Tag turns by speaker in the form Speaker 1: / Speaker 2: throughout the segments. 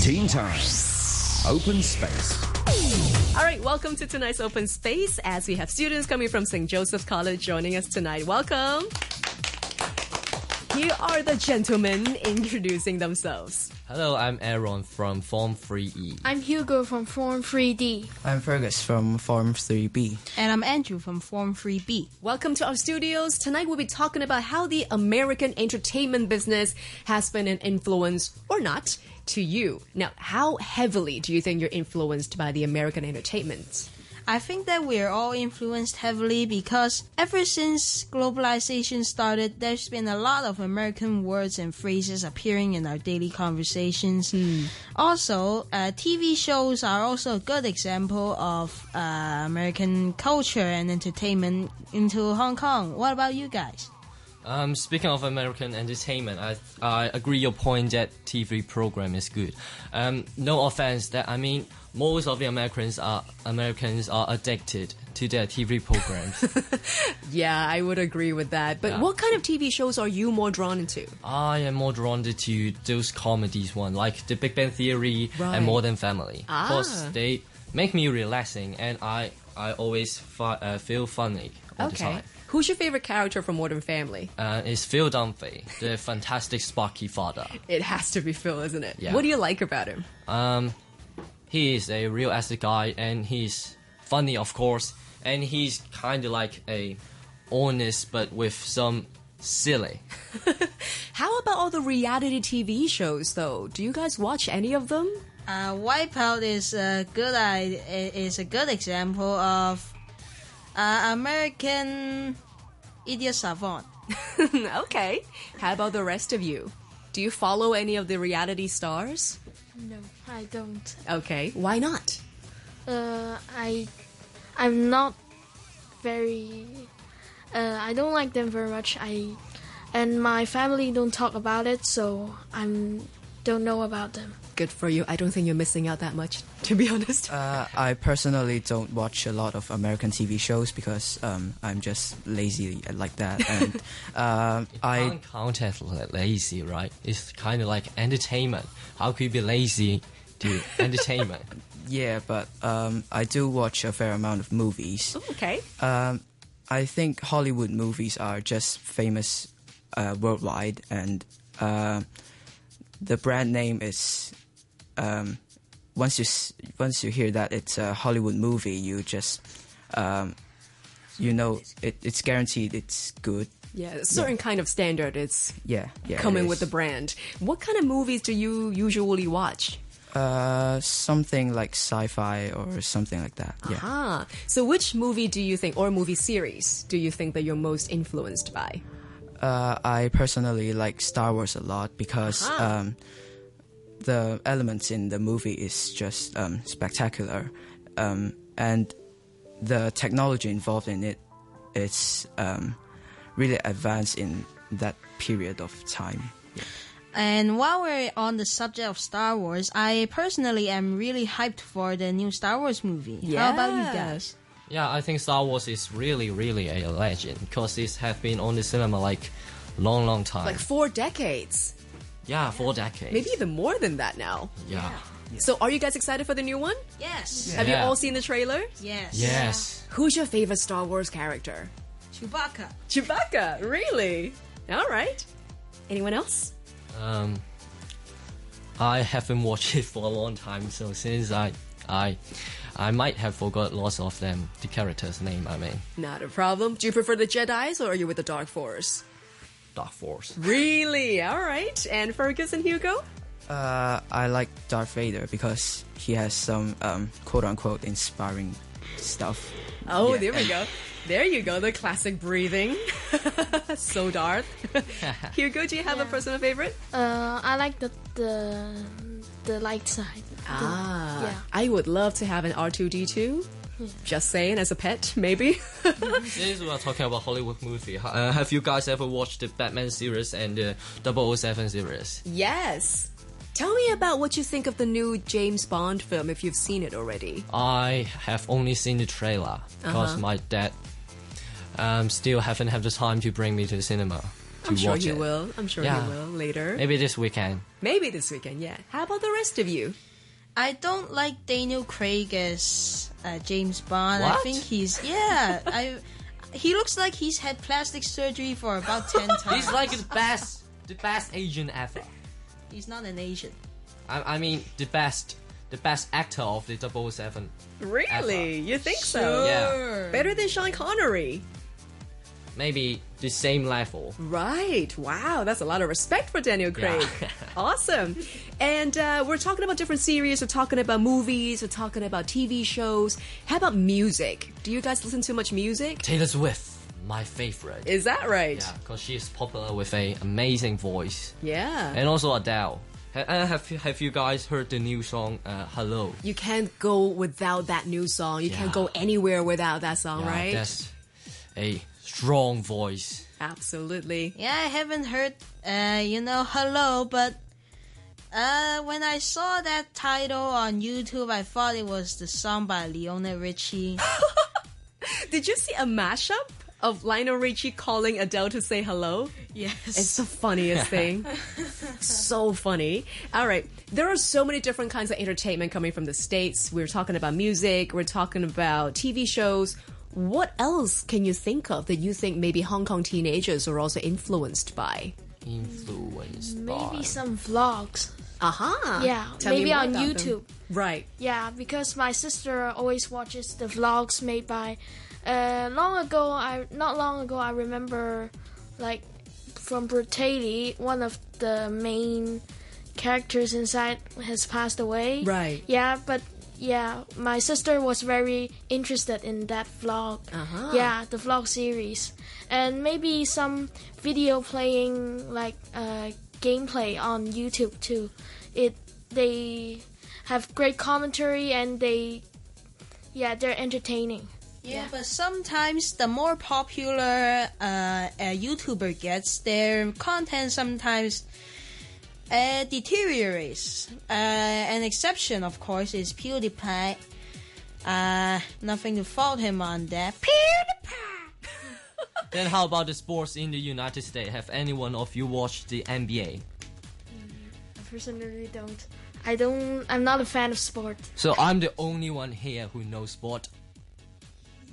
Speaker 1: Teen Time. Open Space.
Speaker 2: All right, welcome to tonight's open space as we have students coming from St. Joseph College joining us tonight. Welcome. Here are the gentlemen introducing themselves.
Speaker 3: Hello, I'm Aaron from Form E. 3E.
Speaker 4: I'm Hugo from Form 3D.
Speaker 5: I'm Fergus from Form 3B.
Speaker 6: And I'm Andrew from Form 3B.
Speaker 2: Welcome to our studios. Tonight we'll be talking about how the American entertainment business has been an influence or not to you. Now, how heavily do you think you're influenced by the American entertainment?
Speaker 6: I think that we are all influenced heavily because ever since globalization started, there's been a lot of American words and phrases appearing in our daily conversations. Also, uh, TV shows are also a good example of uh, American culture and entertainment into Hong Kong. What about you guys?
Speaker 3: Um, speaking of American entertainment, I, I agree your point that TV program is good. Um, no offense, that I mean most of the Americans are Americans are addicted to their TV programs.
Speaker 2: Yeah, I would agree with that. But what kind of TV shows are you more drawn into?
Speaker 3: I am more drawn to those comedies one, like The Big Bang Theory
Speaker 2: Right.
Speaker 3: and Modern Family,
Speaker 2: Ah.
Speaker 3: because they make me relaxing and I I always fi- uh, feel funny all the
Speaker 2: Okay.
Speaker 3: time.
Speaker 2: Who's your favorite character from Modern Family?
Speaker 3: Uh, it's Phil Dunphy, the fantastic Sparky father.
Speaker 2: It has to be Phil, isn't it?
Speaker 3: Yeah.
Speaker 2: What do you like about him?
Speaker 3: Um, he is a real estate guy, and he's funny, of course, and he's kind of like a honest, but with some silly.
Speaker 2: How about all the reality TV shows, though? Do you guys watch any of them?
Speaker 6: Uh, Wipeout is a good i- i- is a good example of uh, American idiot savant.
Speaker 2: okay. How about the rest of you? Do you follow any of the reality stars?
Speaker 4: No, I don't.
Speaker 2: Okay. Why not?
Speaker 4: Uh, I, I'm not very. Uh, I don't like them very much. I, and my family don't talk about it, so I'm don't know about them.
Speaker 2: Good for you. I don't think you're missing out that much, to be honest.
Speaker 5: Uh, I personally don't watch a lot of American TV shows because um, I'm just lazy like that. And um, I
Speaker 3: Can't count as la- lazy, right? It's kind of like entertainment. How could you be lazy to entertainment?
Speaker 5: yeah, but um, I do watch a fair amount of movies.
Speaker 2: okay.
Speaker 5: Um, I think Hollywood movies are just famous uh, worldwide, and uh, the brand name is. Um, once you s- once you hear that it's a Hollywood movie, you just um, you know it, it's guaranteed it's good.
Speaker 2: Yeah, a certain kind of standard is
Speaker 5: Yeah, yeah. it
Speaker 2: coming
Speaker 5: is.
Speaker 2: with the brand. What kind of movies do you usually watch?
Speaker 5: uh, something like sci-fi or something like that. Yeah.
Speaker 2: Ah, so which movie do you think, or movie series, do you think that you're most influenced by?
Speaker 5: Uh, I personally like Star Wars a lot because um, the elements in the movie is just um, spectacular, um, and the technology involved in it is um, really advanced in that period of time.
Speaker 6: And while we're on the subject of Star Wars, I personally am really hyped for the new Star Wars movie. How about you
Speaker 2: Yeah.
Speaker 6: guys?
Speaker 3: yeah, I think Star Wars is really, really a legend because it has been on the cinema like long, long time.
Speaker 2: Like four decades,
Speaker 3: yeah, four decades.
Speaker 2: maybe even more than that now.
Speaker 3: Yeah.
Speaker 2: So, are you guys excited for the new one?
Speaker 6: Yes.
Speaker 2: Have you
Speaker 3: Yeah.
Speaker 2: all seen the trailer?
Speaker 6: Yes.
Speaker 3: Yes.
Speaker 2: Who's your favorite Star Wars character?
Speaker 6: Chewbacca.
Speaker 2: Chewbacca, really? All right. Anyone else?
Speaker 3: Um, I haven't watched it for a long time, so since I, I, I might have forgot lots of them. The characters' name, I mean,
Speaker 2: Not a problem. Do you prefer the Jedi's or are you with the Dark Force?
Speaker 3: Dark Force.
Speaker 2: Really? All right. And Fergus and Hugo?
Speaker 5: Uh, I like Darth Vader because he has some um, quote-unquote inspiring stuff.
Speaker 2: Oh,
Speaker 5: Yeah.
Speaker 2: there we go. There you go. The classic breathing. so Darth. Hugo, do you have a personal favorite?
Speaker 4: Uh, I like the the the light side.
Speaker 2: Ah,
Speaker 4: yeah.
Speaker 2: I would love to have an R2D2. Just saying, as a pet, maybe.
Speaker 3: Since we are talking about Hollywood movie, uh, have you guys ever watched the Batman series and the 007 series?
Speaker 2: yes. Tell me about what you think of the new James Bond film if you've seen it already.
Speaker 3: I have only seen the
Speaker 2: Uh-huh.
Speaker 3: trailer because my dad um, still haven't had the time to bring me to the cinema. to
Speaker 2: I'm sure
Speaker 3: watch
Speaker 2: you
Speaker 3: it.
Speaker 2: will. I'm sure
Speaker 3: Yeah.
Speaker 2: you will later. Maybe.
Speaker 3: Maybe this weekend.
Speaker 2: this weekend. Yeah. How about the rest of you?
Speaker 6: I don't like Daniel Craig as uh, James Bond. I
Speaker 3: What?
Speaker 6: think he's yeah. I he looks like he's had plastic surgery for about ten times.
Speaker 3: He's like the best, the best Asian ever.
Speaker 6: he's not an Asian.
Speaker 3: I, I mean, the best, the best actor of the 007.
Speaker 2: Really? You think so?
Speaker 3: Yeah.
Speaker 2: Better than Sean Connery.
Speaker 3: Maybe the same level.
Speaker 2: Hmm. Right. Wow. That's a lot of respect for Daniel Craig.
Speaker 3: Yeah.
Speaker 2: awesome. And uh, we're talking about different series. We're talking about movies. We're talking about TV shows. How about music? Do you guys listen to much music?
Speaker 3: Taylor Swift, my favorite.
Speaker 2: Is that right?
Speaker 3: yeah, because she is popular with a amazing voice,
Speaker 2: Yeah.
Speaker 3: and also Adele. Ha- uh, Have you, have you guys heard the new song uh, "Hello"?
Speaker 2: you can't go without that new song. You can't
Speaker 3: Yeah.
Speaker 2: go anywhere without that song,
Speaker 3: Yeah,
Speaker 2: right?
Speaker 3: That's a strong voice.
Speaker 2: Absolutely.
Speaker 6: Yeah, I haven't heard uh, you know hello, but uh, when I saw that title on YouTube, I thought it was the song by Leona Richie.
Speaker 2: Did you see a mashup of Lionel Richie calling Adele to say hello?
Speaker 6: yes.
Speaker 2: It's the funniest thing. so funny. All right. There are so many different kinds of entertainment coming from the States. We're talking about music, we're talking about TV shows. What else can you think of that you think maybe Hong Kong teenagers are also influenced by?
Speaker 3: Influenced by
Speaker 4: Maybe some vlogs.
Speaker 2: Aha. Uh-huh.
Speaker 4: Yeah,
Speaker 2: Tell me
Speaker 4: maybe
Speaker 2: more
Speaker 4: on
Speaker 2: about them.
Speaker 4: YouTube.
Speaker 2: Right.
Speaker 4: Yeah, because my sister always watches the vlogs made by. Uh, long ago, I not long ago, I remember, like, from Brutali, one of the main characters inside has passed away.
Speaker 2: Right.
Speaker 4: Yeah, but yeah, my sister was very interested in that vlog. Yeah, the vlog series, and maybe some video playing like uh, gameplay on YouTube too. It they have great commentary and they yeah they're entertaining.
Speaker 6: Yeah, but sometimes the more popular uh, a YouTuber gets, their content sometimes uh, deteriorates. Uh, an exception, of course, is PewDiePie. Uh, nothing to fault him on that. PewDiePie!
Speaker 3: Then how about the sports in the United States? Have anyone of you watched the NBA?
Speaker 4: I personally don't. I don't. I'm not a fan of sport.
Speaker 3: So I'm the only one here who knows sport.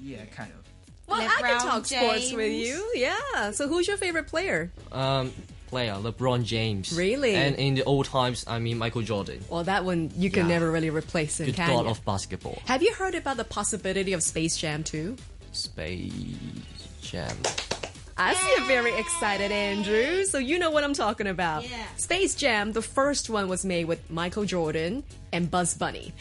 Speaker 5: Yeah, kind of.
Speaker 2: Well, I can
Speaker 6: LeBron
Speaker 2: talk sports with
Speaker 6: James.
Speaker 2: you. Yeah. So who's your favorite player?
Speaker 3: Um, player LeBron James.
Speaker 2: Really?
Speaker 3: And in the old times, I mean Michael Jordan,
Speaker 2: Well, that one you can
Speaker 3: Yeah.
Speaker 2: never really replace it,
Speaker 3: the
Speaker 2: can
Speaker 3: god
Speaker 2: you?
Speaker 3: of basketball.
Speaker 2: Have you heard about the possibility of Space Jam too?
Speaker 3: Space Jam.
Speaker 2: I see you're very excited, Andrew. So you know what I'm talking about.
Speaker 6: Yeah.
Speaker 2: Space Jam, the first one was made with Michael Jordan and Buzz Bunny.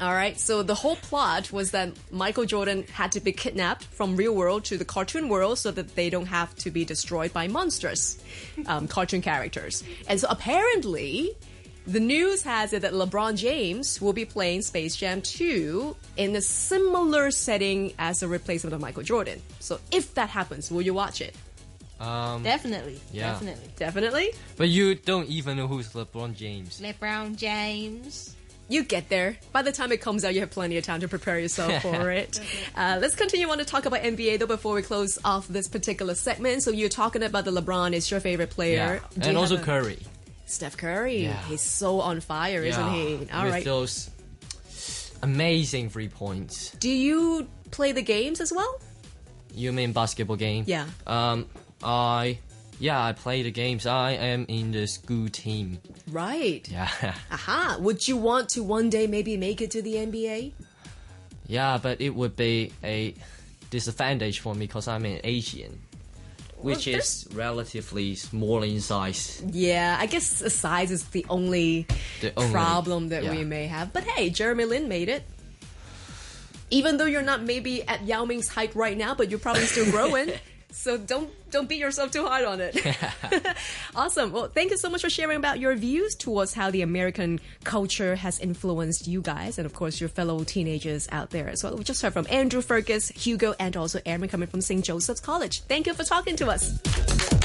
Speaker 2: All right, so the whole plot was that Michael Jordan had to be kidnapped from real world to the cartoon world so that they don't have to be destroyed by monstrous um, cartoon characters. And so apparently, the news has it that LeBron James will be playing Space Jam 2 in a similar setting as a replacement of Michael Jordan. So if that happens, will you watch it?
Speaker 6: Definitely,
Speaker 3: Yeah.
Speaker 6: definitely.
Speaker 2: Definitely.
Speaker 3: But you don't even know who's LeBron James.
Speaker 6: LeBron James.
Speaker 2: you get there. By the time it comes out, you have plenty of time to prepare yourself for it. Uh, let's continue on to talk about NBA though before we close off this particular segment. So you're talking about the LeBron is your favorite
Speaker 3: Yeah.
Speaker 2: player, Do
Speaker 3: And
Speaker 2: you
Speaker 3: also
Speaker 2: have a-
Speaker 3: Curry.
Speaker 2: Steph Curry.
Speaker 3: Yeah.
Speaker 2: He's so on fire, isn't he? All
Speaker 3: With
Speaker 2: right.
Speaker 3: those amazing three points.
Speaker 2: Do you play the games as
Speaker 3: Uh,
Speaker 2: well?
Speaker 3: You mean basketball game?
Speaker 2: Yeah.
Speaker 3: Um, I, yeah, I play the games. I am in the school team.
Speaker 2: Right.
Speaker 3: Yeah.
Speaker 2: Aha. Would you want to one day maybe make it to the NBA?
Speaker 3: Yeah, but it would be a disadvantage for me because I'm an Asian, which
Speaker 2: Well,
Speaker 3: is relatively small in size.
Speaker 2: Yeah, I guess size is the only,
Speaker 3: The only-
Speaker 2: problem that we
Speaker 3: yeah.
Speaker 2: may have. But hey, Jeremy Lin made it. Even though you're not maybe at Yao Ming's height right now, but you're probably still growing. So don't don't beat yourself too hard on it. awesome. Well, thank you so much for sharing about your views towards how the American culture has influenced you guys and of course your fellow teenagers out there as well. We just heard from Andrew Fergus, Hugo, and also Aaron coming from St. Joseph's College. Thank you for talking to us.